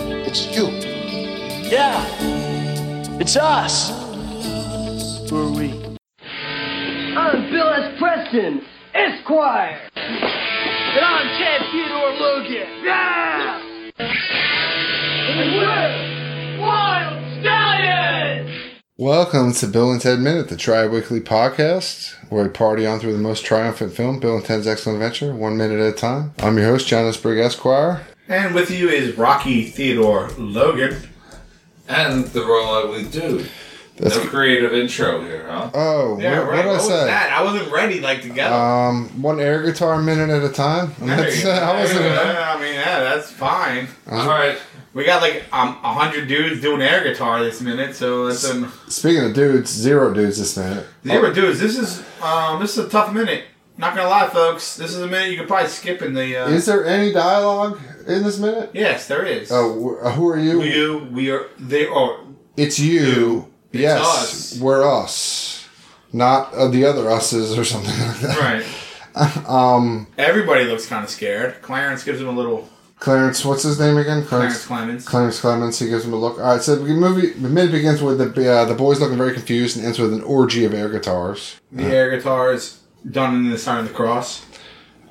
It's you. Yeah. It's us. Who are we? I'm Bill S. Preston, Esquire. And I'm Ted Theodore Logan. Yeah! And we're Wild Stallions! Welcome to Bill and Ted Minute, the tri weekly podcast where we party on through the most triumphant film, Bill and Ted's Excellent Adventure, one minute at a time. I'm your host, Jonas Brigg Esquire. And with you is Rocky Theodore Logan. And the roll we do. That's- no creative intro here, huh? Oh, what, what did I was say? that? I wasn't ready like to go. Um, one air guitar minute at a time. That's, I wasn't. I mean, yeah, that's fine. Uh-huh. All right. We got like um, a hundred dudes doing air guitar this minute, so that's um, Speaking of dudes, zero dudes this minute. zero dudes. This is um, this is a tough minute. Not gonna lie, folks. This is a minute you could probably skip in the. Uh, Is there any dialogue in this minute? yes, there is. Oh, wh- who are you? we, you, we are. They are. It's you. It's yes, us. we're us, not uh, the other us's or something like that. Right. um. Everybody looks kind of scared. Clarence gives him a little. Clarence, what's his name again? Clarence Clemens. Clarence Clemens. He gives him a look. All right, so the movie the minute begins with the uh, the boys looking very confused and ends with an orgy of air guitars. The air guitar is done in the sign of the cross.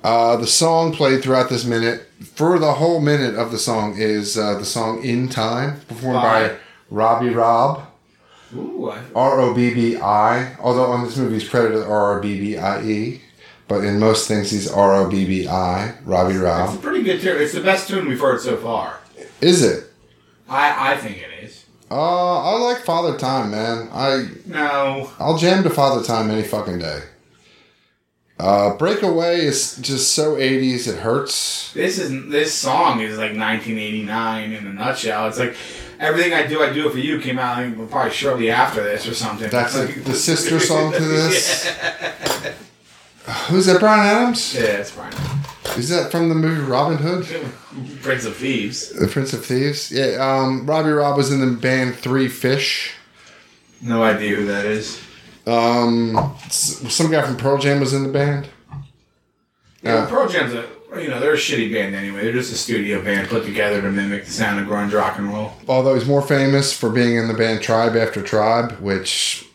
Uh, the song played throughout this minute for the whole minute of the song is uh, the song "In Time" performed by Bye. Robbie Robb. Ooh, I, R O B B I. Although on this movie he's credited R O B B I E, but in most things he's R O B B I. Robbie It's a Robb. pretty good tune. It's the best tune we've heard so far. Is it? I, I think it is. Uh, I like Father Time, man. I No. I'll jam to Father Time any fucking day. Uh, Breakaway is just so 80s it hurts. This is this song is like 1989 in a nutshell. It's like everything I do, I do it for you came out I think, probably shortly after this or something. That's Like- like the sister song to this. Who's that? Brian Adams? yeah, it's fine. Is that from the movie Robin Hood, Prince of Thieves. The Prince of Thieves? Yeah. Um, Robbie Robb was in the band Three Fish. No idea who that is. Um, s- some guy from Pearl Jam was in the band. Yeah, Pearl Jam's a you know they're a shitty band anyway. They're just a studio band put together to mimic the sound of grunge rock and roll. Although he's more famous for being in the band Tribe After Tribe, which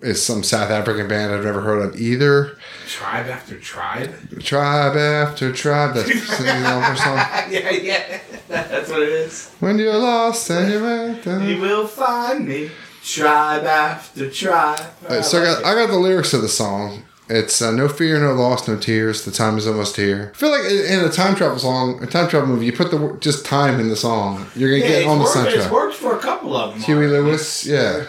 is some South African band I've never heard of either. Tribe after tribe. Tribe After Tribe. That's Cindy Lauper song. yeah, yeah, that's what it is. When you're lost and you're out You there. will find me, tribe after tribe. Uh, So I got, I got the lyrics of the song. It's uh, no fear, no loss, no tears. The time is almost here. I feel like in in a time travel song, a time travel movie, you put the wor- just time in the song, you're gonna yeah, get it's almost worked, soundtrack. It's worked for a couple of them. Huey Lewis, yeah.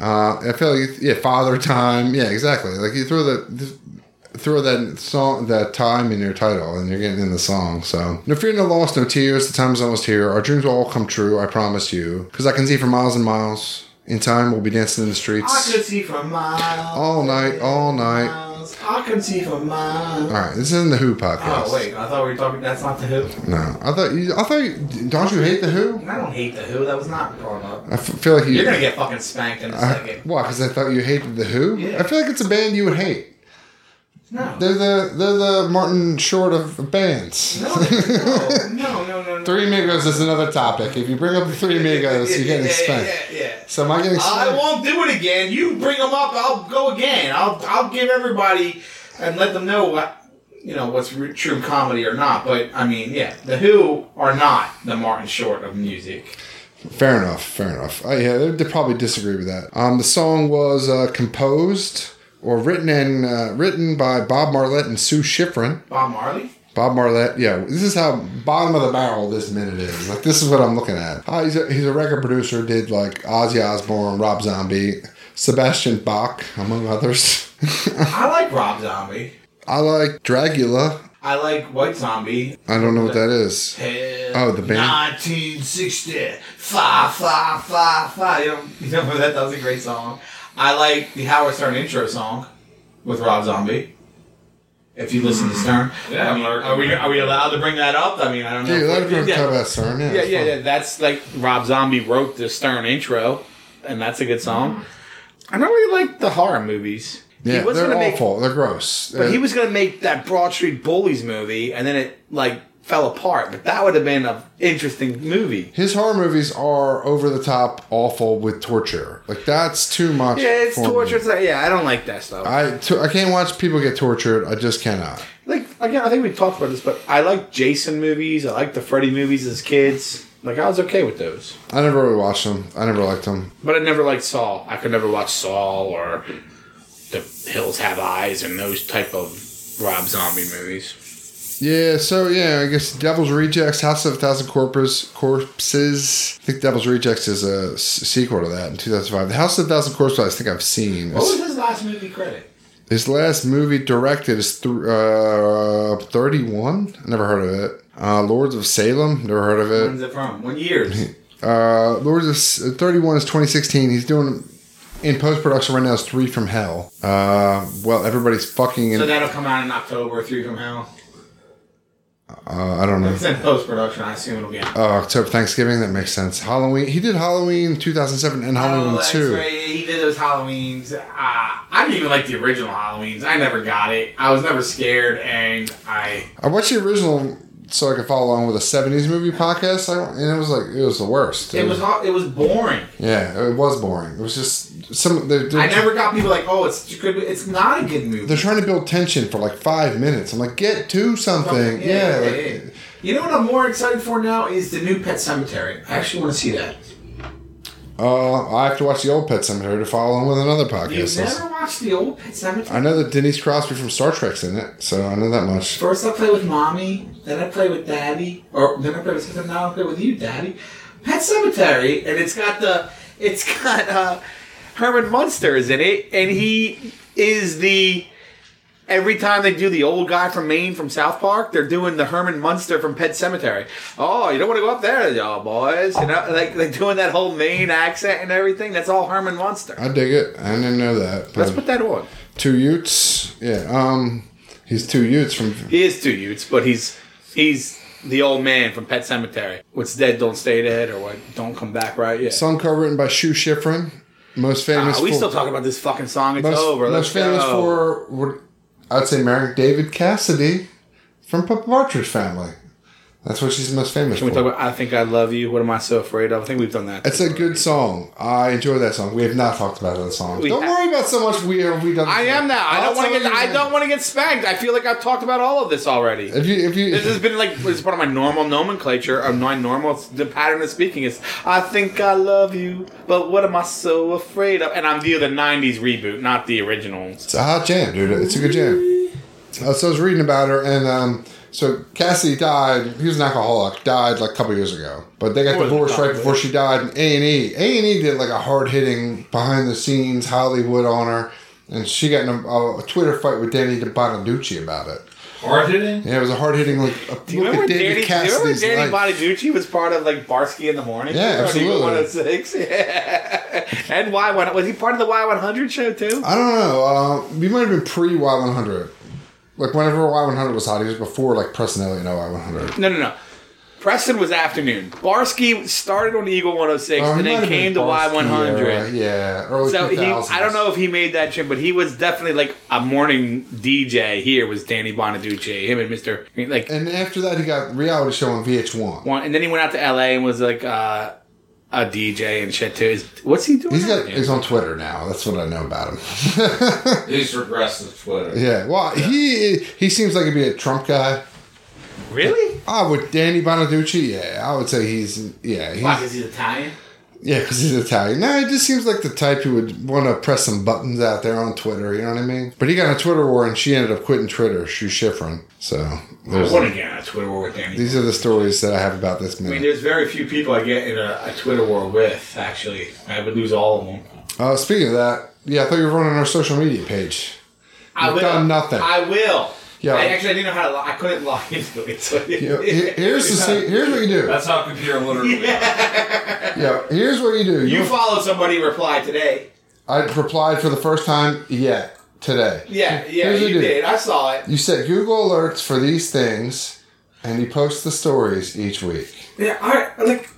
Uh, I feel like yeah, Father Time, yeah, exactly. Like you throw the throw that song, that time in your title, and you're getting in the song. So no fear, no loss, no tears. The time is almost here. Our dreams will all come true. I promise you, because I can see for miles and miles. In time, we'll be dancing in the I could streets see for miles. all night, all night. miles. I could see for miles. All right, this isn't the Who podcast. Oh wait, I thought we were talking. That's not the Who. no, I thought you. I thought you. Don't you hate the Who? I don't hate the Who. That was not brought up. I f- feel like you. You're gonna get fucking spanked in a I, second. why? Because I thought you hated the Who. Yeah. I feel like it's a band you would hate. No. They're the they're the Martin Short of bands. No, no, no, no, no, no. Three Amigos is another topic. If you bring up the Three Amigos, you're getting yeah, spanked. Yeah, yeah. yeah. So am I getting spanked? I won't do it again. You bring them up, I'll go again. I'll I'll give everybody and let them know what you know what's re- true comedy or not. But I mean, yeah, the Who are not the Martin Short of music. Fair enough. Fair enough. I, yeah, they probably disagree with that. Um, the song was uh, composed or written and uh, written by Bob Marlette and Sue Schifrin. Bob Marley. Bob Marlette, yeah, this is how bottom of the barrel this minute is. Like, this is what I'm looking at. Uh, he's, a, he's a record producer, did like Ozzy Osbourne, Rob Zombie, Sebastian Bach, among others. I like Rob Zombie. I like Dracula. I like White Zombie. I don't know what that is. Eh, Oh, the band? 1960. Fa, fa, fa, fa. You know, you know that, that was a great song. I like the Howard Stern intro song with Rob Zombie. If you listen Hmm. to Stern. Yeah, I mean, I'm lurking. are, we, are we allowed to bring that up? I mean, I don't know. Yeah, you like yeah, to talk about CERN, yeah. yeah, it's yeah, fun. yeah. That's like Rob Zombie wrote the Stern intro, and that's a good song. I don't really like the horror movies. Hmm. Yeah, He was they're gonna make- awful. they're gross. But Uh, he was gonna make that Broad Street Bullies movie, and then it like fell apart. But that would have been an interesting movie. His horror movies are over the top, awful with torture. Like that's too much. Yeah, it's for me. torture. It's like- yeah, I don't like that stuff. I to, I can't watch people get tortured. I just cannot. like again, I think we talked about this, but I like Jason movies. I like the Freddy movies as kids. Like I was okay with those, I never really watched them. I never liked them. but I never liked Saw. I could never watch Saw or The Hills Have Eyes and those type of Rob Zombie movies. Yeah, so yeah, I guess Devil's Rejects, House of a Thousand Corpus, Corpses. I think Devil's Rejects is a s- sequel to that in 2005. The House of a Thousand Corpses, I think I've seen. What was his last movie credit? His last movie directed is th- uh, 31. I never heard of it. Uh, Lords of Salem, never heard of it. When's it from? What years? Uh, Lords of S- 31 is 2016. He's doing in post production right now is Three from Hell. Uh, well, everybody's fucking in. so that'll come out in October. Three from Hell. uh, I don't know. It's in post production. I assume it'll be. Out. Oh, October Thanksgiving. That makes sense. Halloween. He did Halloween 2007 and Halloween Oh, that's 2. right. He did those Halloweens. Uh, I didn't even like the original Halloweens. I never got it. I was never scared, and I I watched the original so I could follow along with a 70s movie podcast. I, and it was like it was the worst. it was ho- it was boring. yeah, it was boring. It was just some. They're, they're, I never got people like, oh, it's a good. It's not a good movie. They're trying to build tension for like five minutes. I'm like, get to something. Yeah, yeah, like, yeah. You know what I'm more excited for now is the new Pet Cemetery. I actually want to see that. Uh, I have to watch the old Pet Cemetery to follow along with another You podcast. never watched the old Pet Cemetery? I know that Denise Crosby from Star Trek's in it, so I know that much. First I play with mommy, then I play with daddy, or then I play with sister, now I play with you, daddy. Pet Cemetery, and it's got the, it's got uh, Herman Munster is in it, and he is the. Every time they do the old guy from Maine from South Park, they're doing the Herman Munster from Pet Cemetery. Oh, you don't want to go up there, y'all boys. You know, like they're doing that whole Maine accent and everything. That's all Herman Munster. I dig it. I didn't know that. Let's but put that on. two Utes. Yeah. Um, he's two Utes from. He is two Utes, but he's he's the old man from Pet Cemetery. What's dead don't stay dead, or what don't come back, right? Yeah. Song co-written by Shu Shifrin, most famous. Ah, we for, still talking about this fucking song. It's most, over. Let's Most famous go. for what I'd say, Merrick David Cassidy from Papa Partridge Family. That's what she's most famous Can we for. talk about I think I love you? What am I so afraid of? I think we've done that. It's a good song. I enjoy that song. We have not talked about that song. We don't have- worry about so much we have we done. I am now. I I'll don't want to tell get. you I now. don't want to get spanked. I feel like I've talked about all of this already. If you if you This has been like it's part of my normal nomenclature of my normal the pattern of speaking is I think I love you, but what am I so afraid of? And I'm the the '90s reboot, not the original. It's a hot jam, dude. It's a good jam. Uh, so I was reading about her, and um, so Cassie died. He was an alcoholic. Died like a couple years ago, but they got More than divorced a right couple. before she died. And A and E, A and E did like a hard hitting behind the scenes Hollywood on her, and she got in a, a Twitter fight with Danny Bonaducci about it. Hard hitting? Yeah, it was a hard hitting like. A, Do you look at remember David Danny, do you remember Cassidy's Danny life. Bonaducci was part of like Barsky in the Morning? Yeah, Or absolutely. Diva 106? Yeah. And Y1. Was he part of the Y100 show too? I don't know. Uh, we might have been pre Y one hundred. Like whenever Y one hundred was hot, he was before like Preston and Y one hundred. No, no, no. Preston was afternoon. Barsky started on Eagle 106 and then came to Y100. Yeah, early So he, 2000s. I don't know if he made that trip, but he was definitely like a morning DJ. Here was Danny Bonaducci, him and Mister like And after that, he got reality show on VH1. one, and then he went out to LA and was like uh, a DJ and shit too. Is- What's he doing? He's got out there? he's on Twitter now. That's what I know about him. He's regressed to Twitter. yeah, well, he he seems like he'd be a Trump guy. really? Ah, with Danny Bonaducci, yeah, I would say he's yeah, Why? he's, Because he's Italian. yeah, because he's Italian. No, he just seems like the type who would want to press some buttons out there on Twitter. You know what I mean? But he got in a Twitter war, and she ended up quitting Twitter. Shu Schifrin. So there's What again? A Twitter war with Danny. these are the stories that I have about this man. I mean, there's very few people I get in a, a Twitter war with. Actually, I would lose all of them. Uh, speaking of that, yeah, I thought you were running our social media page. I You've done nothing. I will. Yeah. I actually didn't know how to. Log, I couldn't log into it. So You know, here- here's the se- here's what you do. That's how computer literally Yeah, here's what you do. You You, followed somebody reply today. I replied for the first time. Yeah, today. Yeah, yeah, Here's what you you do. did. I saw it. You set Google alerts for these things, and you post the stories each week. Yeah, I like.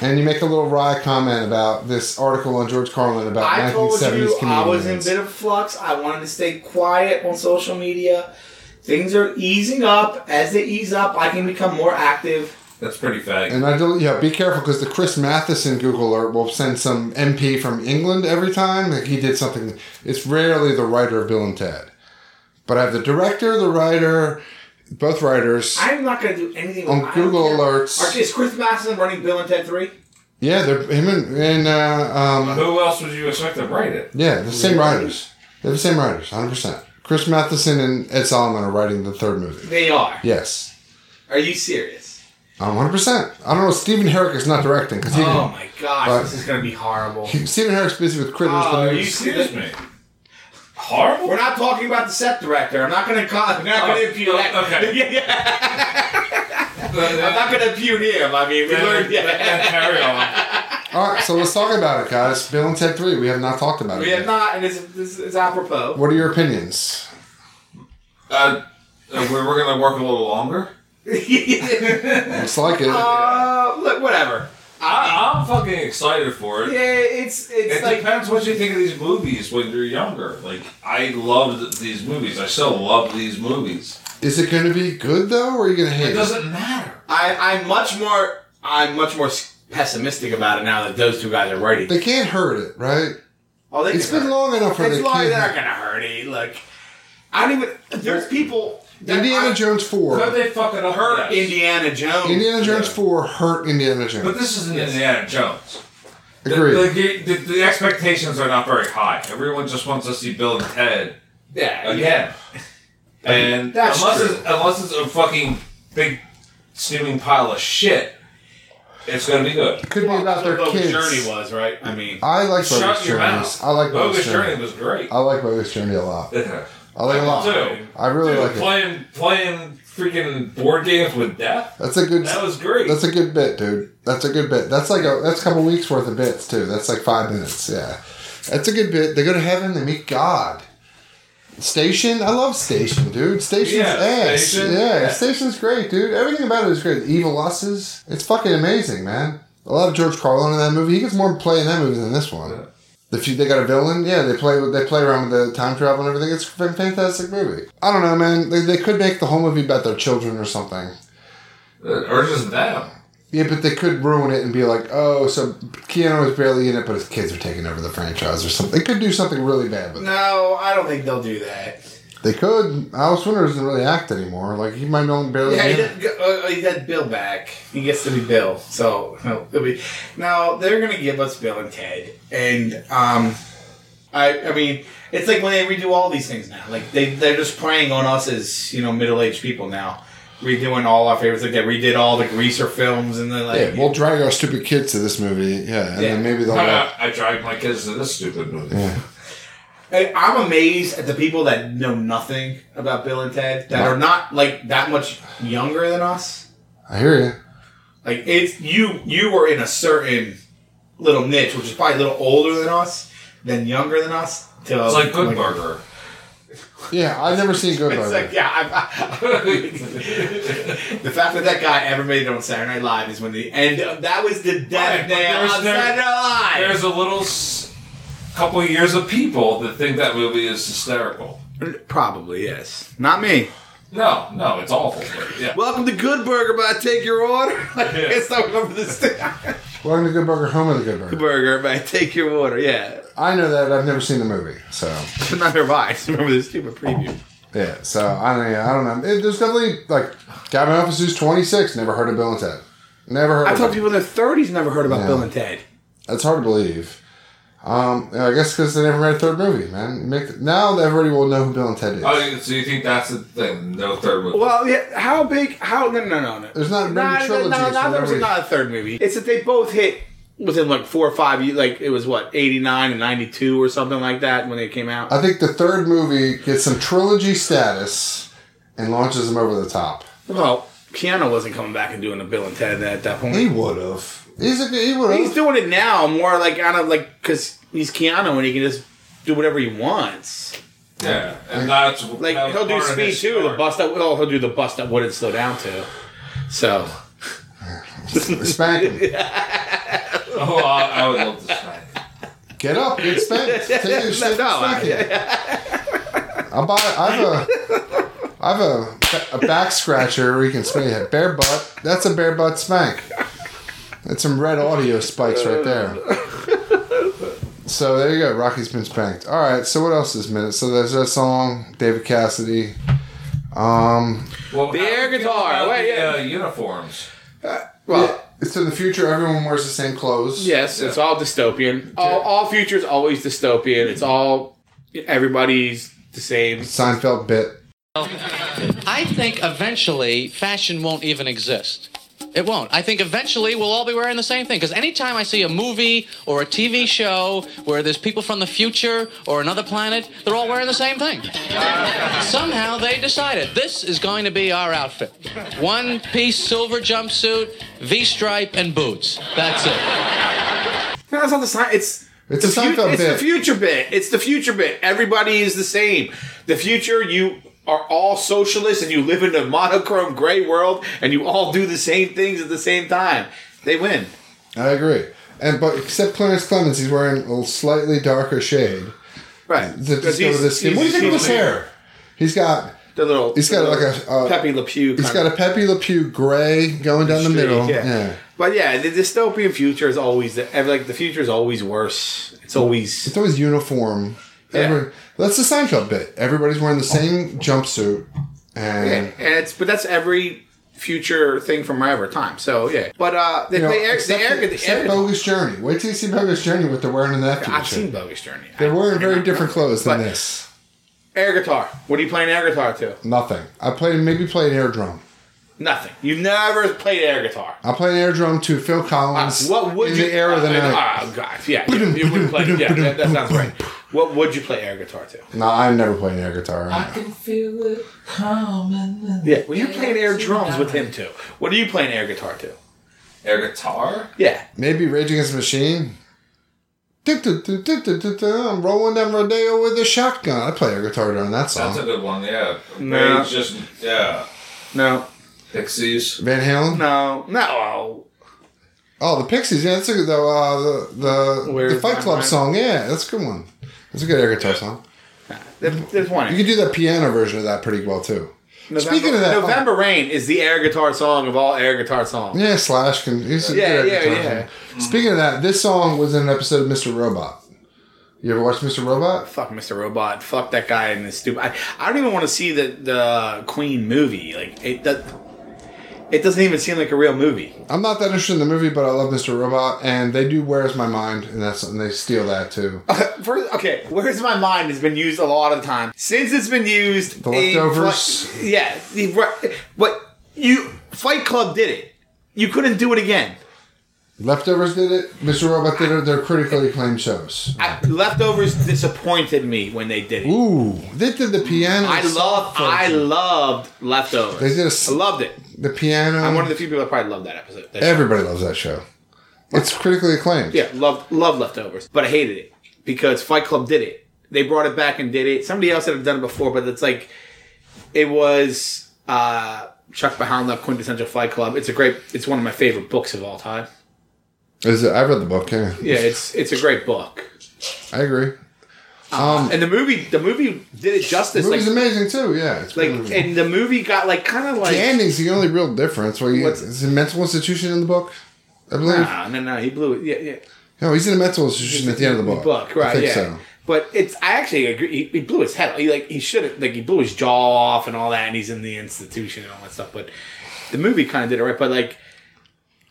And you make a little wry comment about this article on George Carlin about I told 1970s you I was in comedians. a bit of flux. I wanted to stay quiet on social media. Things are easing up. As they ease up, I can become more active. That's pretty fag. And I don't, yeah, be careful because the Chris Matheson Google alert will send some MP from England every time. Like he did something. It's rarely the writer of Bill and Ted. But I have the director, the writer, both writers. I'm not going to do anything On I don't Google care. Alerts. Are- Is Chris Matheson running Bill and Ted 3? yeah, they're him and, and uh, um, Who else would you expect to write it? Yeah, the same writers. They're the same writers, 100%. Chris Matheson and Ed Solomon are writing the third movie. They are. Yes. Are you serious? Um, 100%. I don't know. Stephen Herrick is not directing because he Oh didn't. my gosh, But- this is going to be horrible. Stephen Herrick's busy with Critters. Oh, the are you news. Excuse me. Horrible. We're not talking about the set director. I'm not going to call. I'm not going Oh, to impugn. that. okay. Yeah, yeah. I'm not going to impugn him. I mean, we learned. Yeah. Carry on. All right, so let's talk about it, guys. Bill and Ted 3. We have not talked about it. We have yet. not, and it's, it's, it's apropos. What are your opinions? Uh, uh, we're, we're gonna work a little longer. Looks like it. uh, look, whatever. I, I'm fucking excited for it. Yeah, it's it's It like depends what you think of these movies when you're younger. Like I loved these movies. I still love these movies. Is it going to be good, though, or are you going to hate It it? doesn't matter. I I'm much more I'm much more s- pessimistic about it now that those two guys are writing. They can't hurt it, right? Oh, they It's can been hurt. long enough for It's the long. kid- They're not gonna hurt it. Look, I don't even. There's people. that Indiana I- Jones 4. Could they fucking Hurt hurt Indiana? Indiana Jones. Indiana Jones 4 hurt Indiana But Jones. this isn't Indiana Jones. The, Agreed. the, the, the expectations are not very high. Everyone just wants to see Bill and Ted Yeah. again. And That's unless true. it's unless it's a fucking big steaming pile of shit, it's gonna be good. Could be about their Bogus kids. Journey was right. I mean, I like Bogus Shut your Journeys. mouth. I like Bogus Bogus Journey. Journey was great. I like Bogus Journey a lot. I like it a lot. Dude, I really dude, like it. playing playing freaking board games with death. That's a good. That was great. That's a good bit, dude. That's a good bit. That's like a that's a couple weeks worth of bits too. That's like five minutes. Yeah, that's a good bit. They go to heaven. They meet God. Station, I love Station, dude. Station's Yeah, ass. Station. yeah, Yeah. Station's great, dude. Everything about it is great. Evil Us's, it's fucking amazing, man. I love George Carlin in that movie. He gets more play in that movie than this one. The few, they got a villain. Yeah, they play with they play around with the time travel and everything. It's a fan- fantastic movie. I don't know, man. They, they could make the whole movie about their children or something. Uh, or just them. Yeah, but they could ruin it and be like, oh, so Keanu is barely in it, but his kids are taking over the franchise or something. They could do something really bad with it. no, I don't think they'll do that. They could. Alice Winter doesn't really act anymore. Like he might only barely. Yeah, be he, in it. did, uh, he got Bill back. He gets to be Bill. So no, it'll be, now they're gonna give us Bill and Ted, and um, I I mean it's like when they redo all these things now. Like they they're just preying on us as you know middle aged people now, redoing all our favorites. Like they redid all the Greaser films, and then like Yeah, we'll drag our stupid kids to this movie. Yeah, and then Yeah. maybe they'll. like, I dragged my kids to this stupid movie. I- I'm amazed at the people that know nothing about Bill and Ted that are not like that much younger than us. I hear you. Like it's you you were in a certain little niche, which is probably a little older than us, then younger than us. To, It's like Good Burger. Yeah, I've never seen Good It's Burger. like yeah. I, I- the fact that that guy ever made it on Saturday Night Live is when the end. Of, that was the Right, death but nail on there's- there- Saturday Night Live. There's a little s- couple of years of people that think that movie is hysterical. Probably yes. Not me. No, no, it's awful. But yeah. Welcome to Good Burger, but I take your order. Like, Yeah. It's not over the st- Welcome to Good Burger, home of the Good Burger. burger, but I take your order. Yeah, I know that. I've never seen the movie, so but not their vibes. Remember this stupid preview. yeah. So I don't. Yeah, I don't know. It, there's definitely like Gavin Office who's 26. Never heard of Bill and Ted. Never heard. I of told it. people in their thirties never heard about Yeah. Bill and Ted. That's hard to believe. Um, I guess because they never made a third movie, man. Make, now everybody will know who Bill and Ted is. Oh, you- so you think that's the thing? No third movie. Well, yeah. How big? How? No, no, no, no. There's not many Nah, trilogies, No, so no, there was nobody- not a third movie. It's that they both hit within like four or five. ye- Like it was what eighty nine and ninety two or something like that when they came out. I think the third movie gets some trilogy status and launches them over the top. well, Keanu wasn't coming back and doing a Bill and Ted at that point. He would have. He's a, he would He's have. doing it now more like kind of like because he's Keanu and he can just do whatever he wants. yeah, and that's Like that was he'll do part of speed his too, the story. bust that well, he'll do the bust that wouldn't slow down to. So Spank him. Oh, I, I would love to smack. Get up. Get spanked. Take your shit. No, spank him. I'll buy. I have a. I have a, a back scratcher where you can spank it. Bare butt. That's a bare butt spank. That's some red audio spikes right there. So there you go. Rocky's been spanked. All right. So what else is minute? So there's that song, David Cassidy. Um, Well, The how air do you feel guitar, about wait, the, yeah. uh, uniforms. Well, it's in the future. Everyone wears the same clothes. yes, it's all dystopian. All, all future's always dystopian. It's all everybody's the same. Seinfeld bit. I think eventually fashion won't even exist. It won't. I think eventually we'll all be wearing the same thing. Because anytime I see a movie or a TV show where there's people from the future or another planet, they're all wearing the same thing. Somehow they decided this is going to be our outfit one piece silver jumpsuit, V stripe, and boots. That's it. No, it's not the sign. It's It's the a fut- Seinfeld It's the bit. future bit. It's the future bit. Everybody is the same. The future, you are all socialists, and you live in a monochrome gray world, and you all do the same things at the same time. They win. I agree. And but except Clarence Clemens, he's wearing a slightly darker shade. Right. The, Because the, the skin. What do you think of his he's- hair? He's got The little. He's the got little like a, uh, Pepe Le Pew. he's kind got of a Pepe Le Pew gray going down the streak, middle. yeah. yeah. But yeah, the dystopian future is always the, and, like the future is always worse. It's always It's always uniform. Every- Yeah. that's the Seinfeld bit. Everybody's wearing the same jumpsuit, and and it's but that's every future thing from ever time. So yeah, but uh, they you know, play air, the except, air, the except air Bogus Journey. Wait till you see Bogus Journey what they're wearing in that future. I've seen Bogus Journey. they're wearing very different clothes than But- this. Air guitar. What are you playing air guitar to? Nothing. I played maybe played air drum. Nothing. You've never played air guitar. I played air drum to Phil Collins. What would in you? the air of the uh, night? Oh god, yeah. You, you would play. Yeah, that, that sounds right. What would you play air guitar to? no, I never played air guitar. Yeah. Well, you're playing air drums with him too. What are you playing air guitar to? Air guitar? Yeah. Maybe Rage Against the Machine. Du-du-du-du-du-du-du, I'm rolling down Rodeo with a shotgun. I play air guitar during that That's a song. good one, yeah. No. Rage just, yeah. No. Pixies. Van Halen. No. No. Oh, the Pixies. Yeah, that's a good though. Uh, the the, Where's the Fight My Club Mind? song. Yeah, that's a good one. That's a good air guitar song. There- There's You one. can do that piano version of that pretty well too. November, Speaking of that, November Rain is the air guitar song of all air guitar songs. Yeah, Slash can. He's a Yeah, good yeah, air guitar yeah. Mm-hmm. song. Speaking of that, this song was in an episode of Mr. Robot. You ever watched Mr. Robot? Fuck Mr. Robot. Fuck that guy in the stupid. I, I don't even want to see the the Queen movie. Like it does. It doesn't even seem like a real movie. I'm not that interested in the movie, but I love Mr. Robot, and they do "Where's My Mind," and that's and they steal that too. First, okay, where's my mind has been used a lot of the time since it's been used. The a Leftovers? Fli- yeah, the, right- but you Fight Club did it. You couldn't do it again. Leftovers did it. Mr. Robot did it. They're critically acclaimed shows. I, leftovers disappointed me when they did it. Ooh, they did the piano. I love, I loved leftovers. They did a s- I loved it. the piano. I'm one of the few people that probably loved that episode. That show. Everybody loves that show. It's critically acclaimed. Yeah, loved loved leftovers, but I hated it because Fight Club did it. They brought it back and did it. Somebody else had done it before, but it's like it was uh, Chuck Palahniuk quintessential Fight Club. It's a great. It's one of my favorite books of all time. Is it, I read the book. Yeah, Yeah, it's it's a great book. I agree. And the movie, the movie did it justice. The movie's Like, amazing too. Yeah, it's like, really- and the movie got like kind of like. the ending's the only real difference. Well, you, What's- is a mental institution in the book? I believe. Nah, no, no, he blew it. Yeah, yeah. No, he's in a mental institution at the end of the book. book, right? I think yeah. so. But it's I actually agree. He, he blew his head. He like he should have like he blew his jaw off and all that, and he's in the institution and all that stuff. But the movie kind of did it right. But like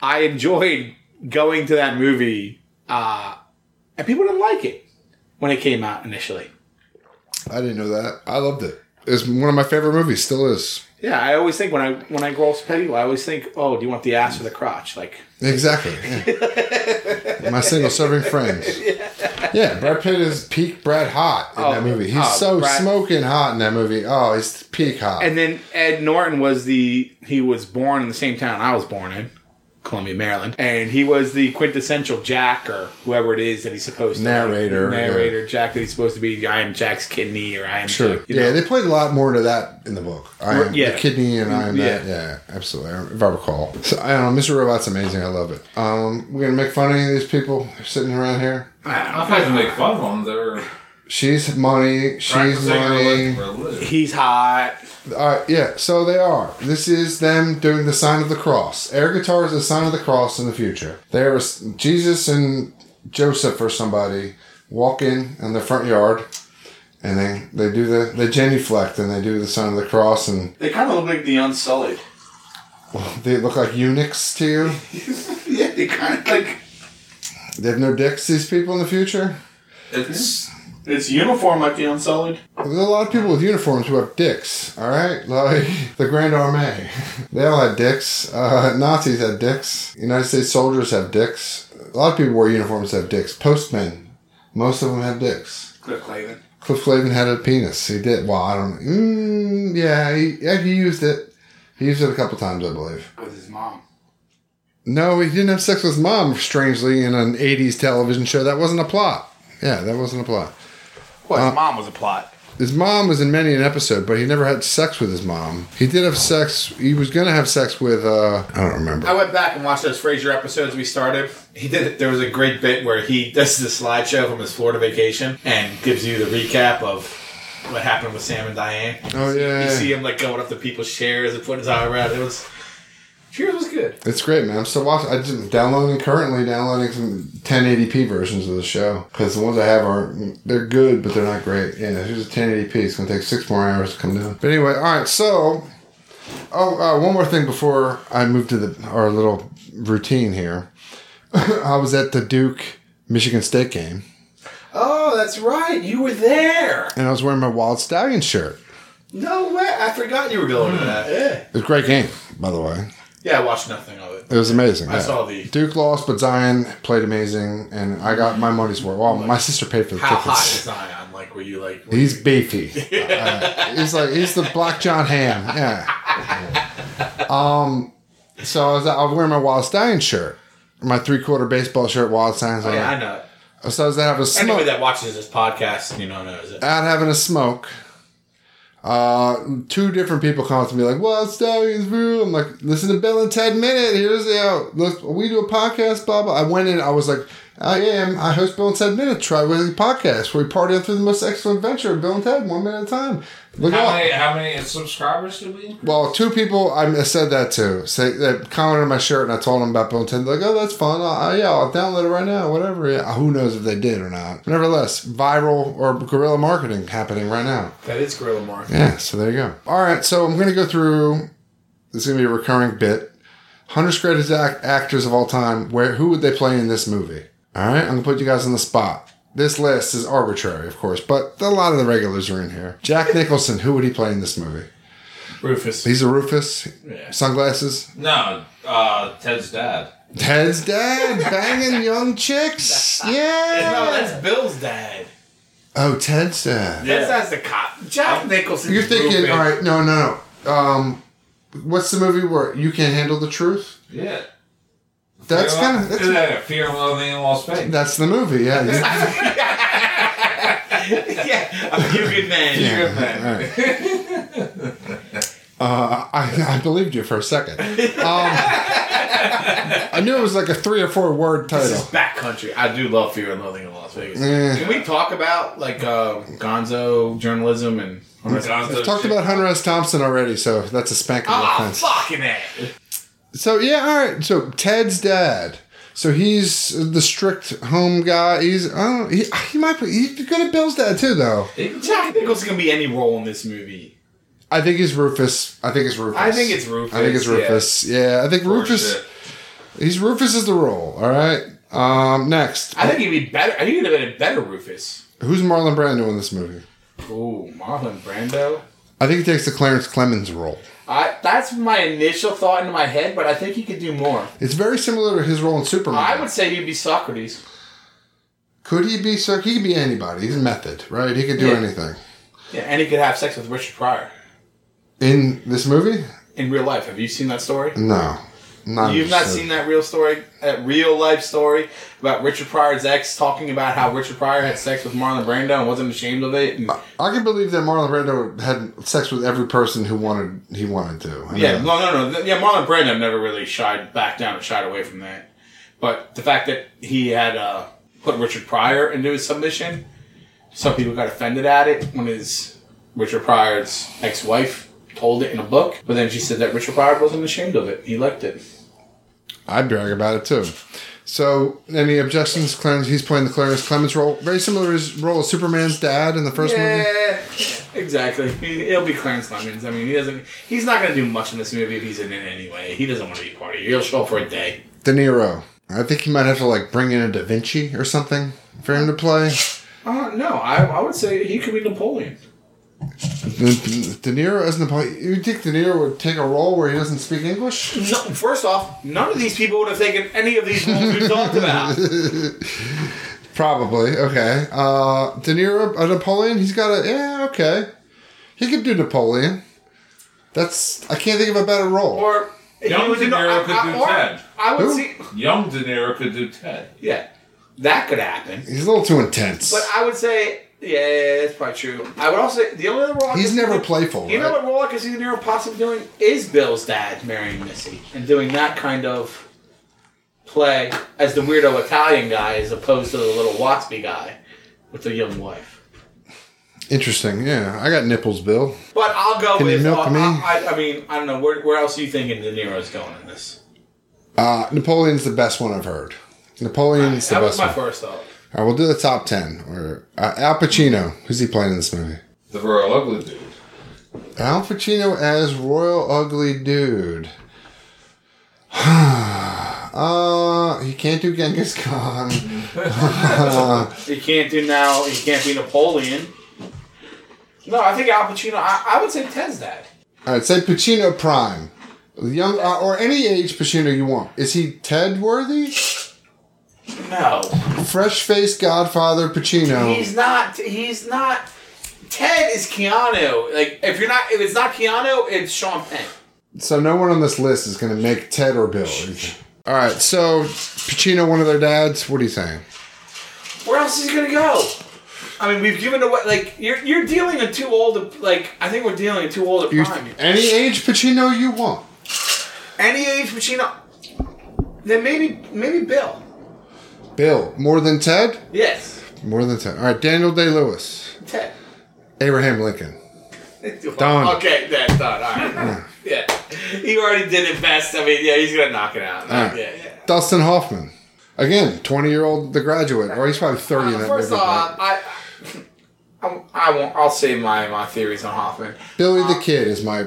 I enjoyed going to that movie, uh, and people didn't like it when it came out initially. I didn't know that. I loved it. It's one of my favorite movies. Still is. Yeah, I always think when I when I grow up with people, I always think, oh, do you want the ass or the crotch? Like Exactly. yeah. my single serving friends. Yeah, Brad Pitt is peak Brad hot in that movie. He's oh, so Brad- smoking hot in that movie. Oh, he's peak hot. And then Ed Norton was the he was born in the same town I was born in, Columbia, Maryland, and he was the quintessential Jack or whoever it is that he's supposed to Narrator, narrator Jack that he's supposed to be. I am Jack's kidney or I am Sure. Jack, you Yeah, know. they played a lot more to that in the book. I am yeah. the kidney and I am Yeah. that. Yeah, absolutely. If I recall. So I don't know. Mr. Robot's amazing. I love it. Um, we're gonna make fun of any of these people sitting around here. I'm not going to make fun of them. They're She's money. She's money. religion. He's hot. All right, yeah, so they are. This is them doing the sign of the cross. Air guitar is the sign of the cross in the future. There is Jesus and Joseph or somebody walking in the front yard, and they, they do the they genuflect and they do the sign of the cross, and They kind of look like the Unsullied. they look like eunuchs to you. yeah, they kind of like They have no dicks. These people in the future. It's it's uniform like the Unsullied. There's a lot of people with uniforms who have dicks. All right, like the Grand Armée, they all had dicks. Uh, Nazis had dicks. United States soldiers have dicks. A lot of people wore uniforms that have dicks. Postmen, most of them have dicks. Cliff Clavin. Cliff Clavin had a penis. He did. Well, I don't. Mm, yeah, he, yeah, he used it. He used it a couple times, I believe. with his mom. No, he didn't have sex with his mom. Strangely, in an '80s television show, that wasn't a plot. Yeah, that wasn't a plot. Well, Uh. his mom was a plot. His mom was in many an episode, but he never had sex with his mom. He did have sex. He was gonna have sex with. uh I don't I remember. went back and watched those Frasier episodes we started. He did. There was a great bit where he does the slideshow from his Florida vacation and gives you the recap of what happened with Sam and Diane. Oh yeah, You see him like going up to people's chairs and putting his arm around. It was. Cheers was good. it's great, man. I'm still watching. I'm just downloading currently downloading some 1080p versions of the show because the ones I have are they're good, but they're not great. Yeah, here's a 1080p. It's gonna take six more hours to come down. But anyway, all right. So, oh, uh, one more thing before I move to the our little routine here. I was at the Duke Michigan State game, Oh, that's right. You were there. and I was wearing my Wild Stallion shirt. No way. I forgot you were going to that. Yeah. It was a great game, by the way. Yeah, I watched nothing of it. It was amazing. I yeah. saw the- Duke lost, but Zion played amazing, and I got my money's worth. Well, my sister paid for the How hot is tickets. Zion? Like, were you like? He's beefy. Uh, he's like he's the Black John Ham. Yeah. Um. So I was I was wearing my Wild Stallion shirt, my three quarter baseball shirt, Wild Stallions. Oh, Yeah, I know. So I was having a smoke. Anybody that watches this podcast, you know, knows it. out having a smoke. Uh, two different people come up to me like, "Wild Stallions, bro." I'm like, "Listen to Bill and Ted Minute. Here's the out. Look, we do a podcast, blah blah." I went in. I was like, "I am. I host Bill and Ted Minute, tri weekly podcast where we party through the most excellent adventure of Bill and Ted, one minute at a time." Look how out. many how many subscribers do we? Well, two people I said that to say that commented on my shirt, and I told them about Bill and Ted. They're Like, oh, that's fun. Uh, yeah, I'll download it right now. Whatever. Yeah, who knows if they did or not. Nevertheless, viral or guerrilla marketing happening right now. That is Gorilla Mark. Yeah, so there you go. All right, so I'm going to go through. This is going to be a recurring bit. 100 greatest act- actors of all time. Where who would they play in this movie? All right, I'm going to put you guys on the spot. This list is arbitrary, of course, but a lot of the regulars are in here. Jack Nicholson, who would he play in this movie? Rufus. He's a Rufus, Yeah. sunglasses. No, uh, Ted's dad. Ted's dad banging young chicks. Yeah. No, that's Bill's dad. Oh, Ted's dad. That's, that's the cop. Jack Nicholson. You're thinking, all right, no, no, no. Um, what's the movie where you can't handle the truth? Yeah. That's kind of that's that's, Fear and Loathing in Las Vegas. that's the movie. Yeah, yeah. yeah, I'm you good man. You good man. All right. Uh, I, I believed you for a second. Um, I knew it was like a three or four word This title. is backcountry. I do love Fear and Loathing in Las Vegas. Eh. Can we talk about like uh, Gonzo journalism and? I've talked about Hunter S. Thompson already, so that's a spanking Ah, Oh, offense. fucking it! So yeah, all right. So Ted's dad. So he's the strict home guy. He's I don't. He, he might be. He's good at Bill's dad too, though. Jack Nicholson's gonna be any role in this movie. I think he's Rufus. I think it's Rufus. I think it's Rufus, I think it's yeah. Rufus. Yeah, I think Rufus. Bullshit. He's Rufus is the role. All right. Um, next, I think he'd be better. I think he'd have been a better Rufus. who's Marlon Brando in this movie? Ooh, Marlon Brando. I think he takes the Clarence Clemens role. I that's my initial thought in my head, but I think he could do more. It's very similar to his role in Superman. I would say he'd be Socrates. could he be sir? He could be anybody. He's a method, right? He could do Yeah. anything Yeah, and he could have sex with Richard Pryor in this movie. in real life. Have you seen that story? No, not You've not interested. seen that real story, that real life story about Richard Pryor's ex talking about how Richard Pryor had sex with Marlon Brando and wasn't ashamed of it. And, I can believe that Marlon Brando had sex with every person who wanted he wanted to. I yeah, know. no, no, no. Th- Yeah, Marlon Brando never really shied back down or shied away from that. But the fact that he had uh, put Richard Pryor into his submission some people got offended at it when his Richard Pryor's ex-wife told it in a book, but then she said that Richard Pryor wasn't ashamed of it. He liked it. I'd brag about it too. So, any objections? Clarence, he's playing the Clarence Clemens role, very similar to his role as Superman's dad in the first movie. Yeah, exactly. I mean, It'll be Clarence Lemons. I mean, he doesn't. He's not going to do much in this movie if he's in it anyway. He doesn't want to be a part of it. He'll show up for a day. De Niro. I think he might have to like bring in a Da Vinci or something for him to play. Uh, no, I, I would say he could be Napoleon. De Niro as Napoleon. You think De Niro would take a role where he doesn't speak English? No, first off, none of these people would have taken any of these roles we talked about. Probably. Okay. Uh, De Niro, a Napoleon. He's got a yeah. Okay. He could do Napoleon. That's I can't think of a better role. Or Young you would- De Niro I- could I- do or Ted. I would Who? see. Young De Niro could do Ted. Yeah, that could happen. he's a little too intense. But I would say, yeah, that's probably true. I would also say the only other role I he's could- never playful. You know right? what role I could see De Niro possibly doing is Bill's dad marrying Missy and doing that kind of play as the weirdo Italian guy as opposed to the little Watsby guy with the young wife. Interesting. Yeah, I got nipples, Bill. But I'll go Can you with. milk I- me? I, I mean, I don't know. Where, where else are you thinking De Niro's going in this? Uh, Napoleon's the best one I've heard. Napoleon's the that was best my one. first thought. All right, we'll do the top ten. Or uh, Al Pacino. Who's he playing in this movie? The Royal Ugly Dude. Al Pacino as Royal Ugly Dude. uh, he can't do Genghis Khan. You can't do now. You can't be Napoleon. No, I think Al Pacino. I, I would say Ted's dad. All right, say Pacino Prime, young uh, or any age Pacino you want. Is he Ted worthy? No, Fresh faced Godfather Pacino. he's not. He's not. Ted is Keanu. Like if you're not, if it's not Keanu, it's Sean Penn. So no one on this list is going to make Ted or Bill. All right, so Pacino, one of their dads. What are you saying? Where else is he gonna go? I mean, we've given away. Like you're you're dealing in too old. Like I think we're dealing in too old a You prime. any age Pacino you want. Any age Pacino. Then maybe maybe Bill. Bill more than Ted, Yes, more than Ted. All right, Daniel Day Lewis, Ted. Abraham Lincoln. Done. Okay, that's done. All right. yeah. He already did it best. I mean, yeah, he's going to knock it All out. right. Yeah, yeah. Dustin Hoffman. Again, 20 year old The Graduate, or he's probably 30 in that First movie. off, I, I, I won't, I'll save my, my theories on Hoffman. Billy uh, the Kid is my.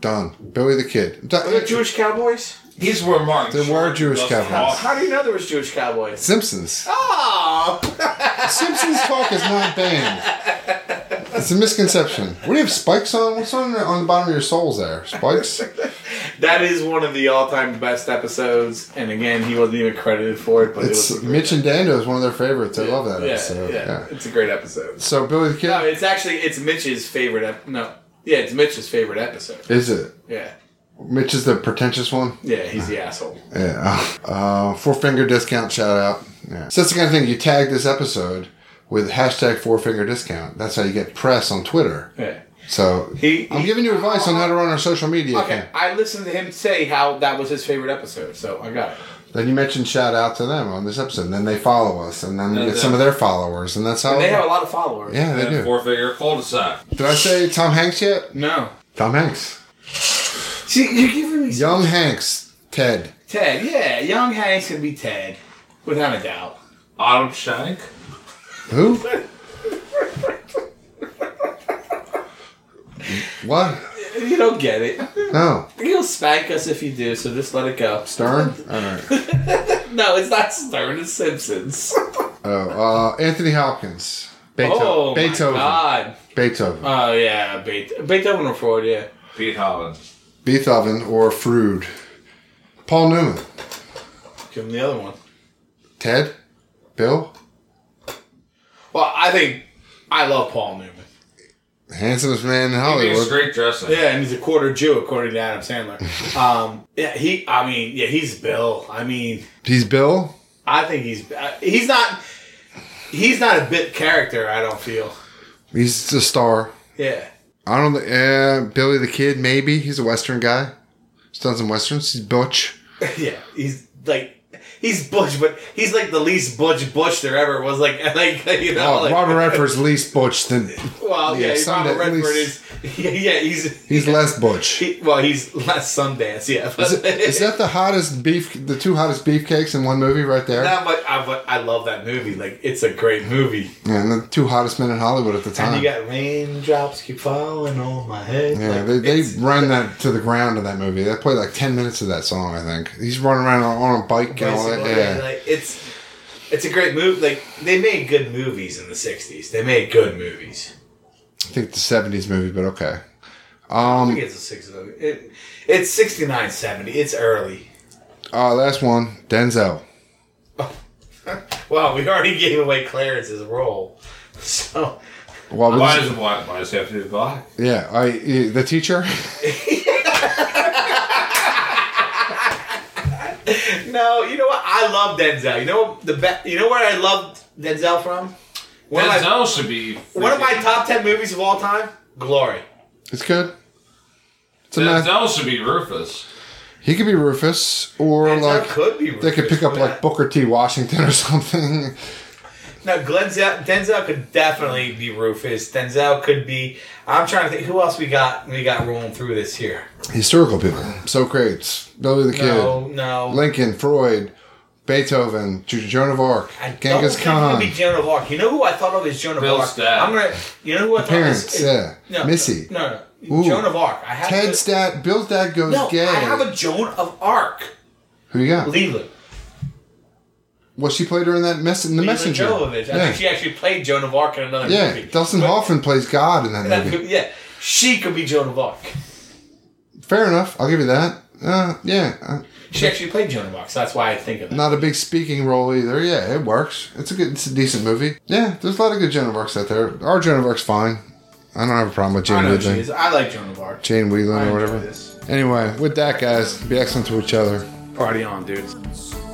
Done. Billy the Kid. Di- The Jewish cowboys? He's where Martin. There were Short Jewish does Catholics. talk. How do you know there was Jewish cowboys? Simpsons. Oh! Simpsons talk is not banned. It's a misconception. What do you have spikes on? What's on the, on the bottom of your soles there? Spikes? That is one of the all-time best episodes. And again, he wasn't even credited for it, but it was It's a great Mitch and Dando is one of their favorites. I love that yeah, episode. yeah, Yeah. it's a great episode. So Billy the Kid No, it's actually, it's Mitch's favorite, ep- no, yeah, it's Mitch's favorite episode. is it? Yeah. Mitch is the pretentious one. Yeah, he's the asshole. Yeah. Uh, four finger discount shout out. Yeah. So that's the kind of thing you tag this episode with hashtag four finger discount. That's how you get press on Twitter. Yeah. So He- I'm giving you advice on how to run our social media. Okay, I listened to him say how that was his favorite episode, so I got it. Then you mentioned shout out to them on this episode. And then they follow us, and then we And get then- some of their followers, and that's how. And they have a lot of followers. yeah, they And do. Four figure cul-de-sac. Did I say Tom Hanks yet? No. Tom Hanks. See, you're giving me Young Hanks. Ted. Ted. Yeah, young Hanks could be Ted, without a doubt. Autumn Shank. Who? what? You don't get it. No. He'll spank us if you do, so just let it go. Stern? All right. No, it's not Stern. It's Simpsons. Oh, uh, Anthony Hopkins. Beethoven. oh Beethoven. my God. Beethoven. Oh yeah, Beethoven, Beethoven or Freud. Yeah. Pete Holland. Beethoven or Froude. Paul Newman. Give him the other one. Ted? Bill? Well, I think I love Paul Newman. Handsomest man in He makes Hollywood. great dressing. Yeah, and he's a quarter Jew, according to Adam Sandler. Um, yeah, he. I mean, yeah, he's Bill. I mean, He's Bill? I think he's uh, he's not he's not a bit character. I don't feel. He's a star. Yeah, I don't know. Uh, Billy the Kid, maybe. He's a Western guy. He's done some Westerns. He's Butch. yeah, he's like. he- he's Bush, but he's like the least Butch Bush there ever was. Like, like you know, Oh, like, Robert Redford's least butch than Well, yeah, Yeah, Sunday- Robert at Redford least- is. Yeah, he's. he's less butch. He, well, he's less Sundance, yeah. Is, But it, is that the hottest beef? The two hottest beefcakes in one movie, right there. not much? I, but I love that movie. Like, it's a great movie. Yeah, and the two hottest men in Hollywood at the And you time. got raindrops keep falling on my head. yeah, Like, they, they it's- ran that to the ground in that movie. They played like ten minutes of that song. I think he's running around on, on a bike and all that. basically, Yeah. like, it's it's a great movie. Like they made good movies in the '60s. They made good movies. I think the seventies movie, but okay. I think it's a '60s movie. It, it's '69, '70. It's early. Uh, last one, Denzel. Well, we already gave away Clarence's role, so Well, but Why this- is it black? Why does it have to be black? yeah, I eh, the teacher. No, you know what? I love Denzel. You know the be- You know where I love Denzel from? One of my Denzel should be. one of my freaking- top ten movies of all time. Glory. It's good. It's a mess. Denzel should be Rufus. He could be Rufus, or Denzel like could be. they could Rufus, pick up but like Booker T. Washington or something. No, Denzel, Denzel could definitely be Rufus. Denzel could be. I'm trying to think who else we got. We got rolling through this here. Historical people, Socrates, Billy the No, Kid, no. Lincoln, Freud, Beethoven, Ju- Joan of Arc, I don't Genghis think it would Khan, be Joan of Arc. You know who I thought of as Joan of Bill Arc? Stat. I'm gonna. You know who I thought parents, of? as- yeah, No, Missy, No, no. Ooh. Joan of Arc. I have Ted's to, dad, Bill's dad goes No, gay. I have a Joan of Arc. Who you got? Leland. Well, she played her in that mess in the Mila messenger. Jovovich. I yeah, think she actually played Joan of Arc in another yeah. movie. Dustin But Hoffman plays God in that that movie. could- yeah, she could be Joan of Arc. Fair enough, I'll give you that. Uh, yeah, uh, She actually played Joan of Arc, so that's why I think of that. not a big speaking role either. Yeah, it works. It's a good, it's a decent movie. Yeah, there's a lot of good Joan of Arcs out there. Our Joan of Arc's fine. I don't have a problem with I Jane know she Whelan. is. I like Joan of Arc. Jane Whelan I or enjoy whatever. this. Anyway, with that, guys, be excellent to each other. Party on, dude.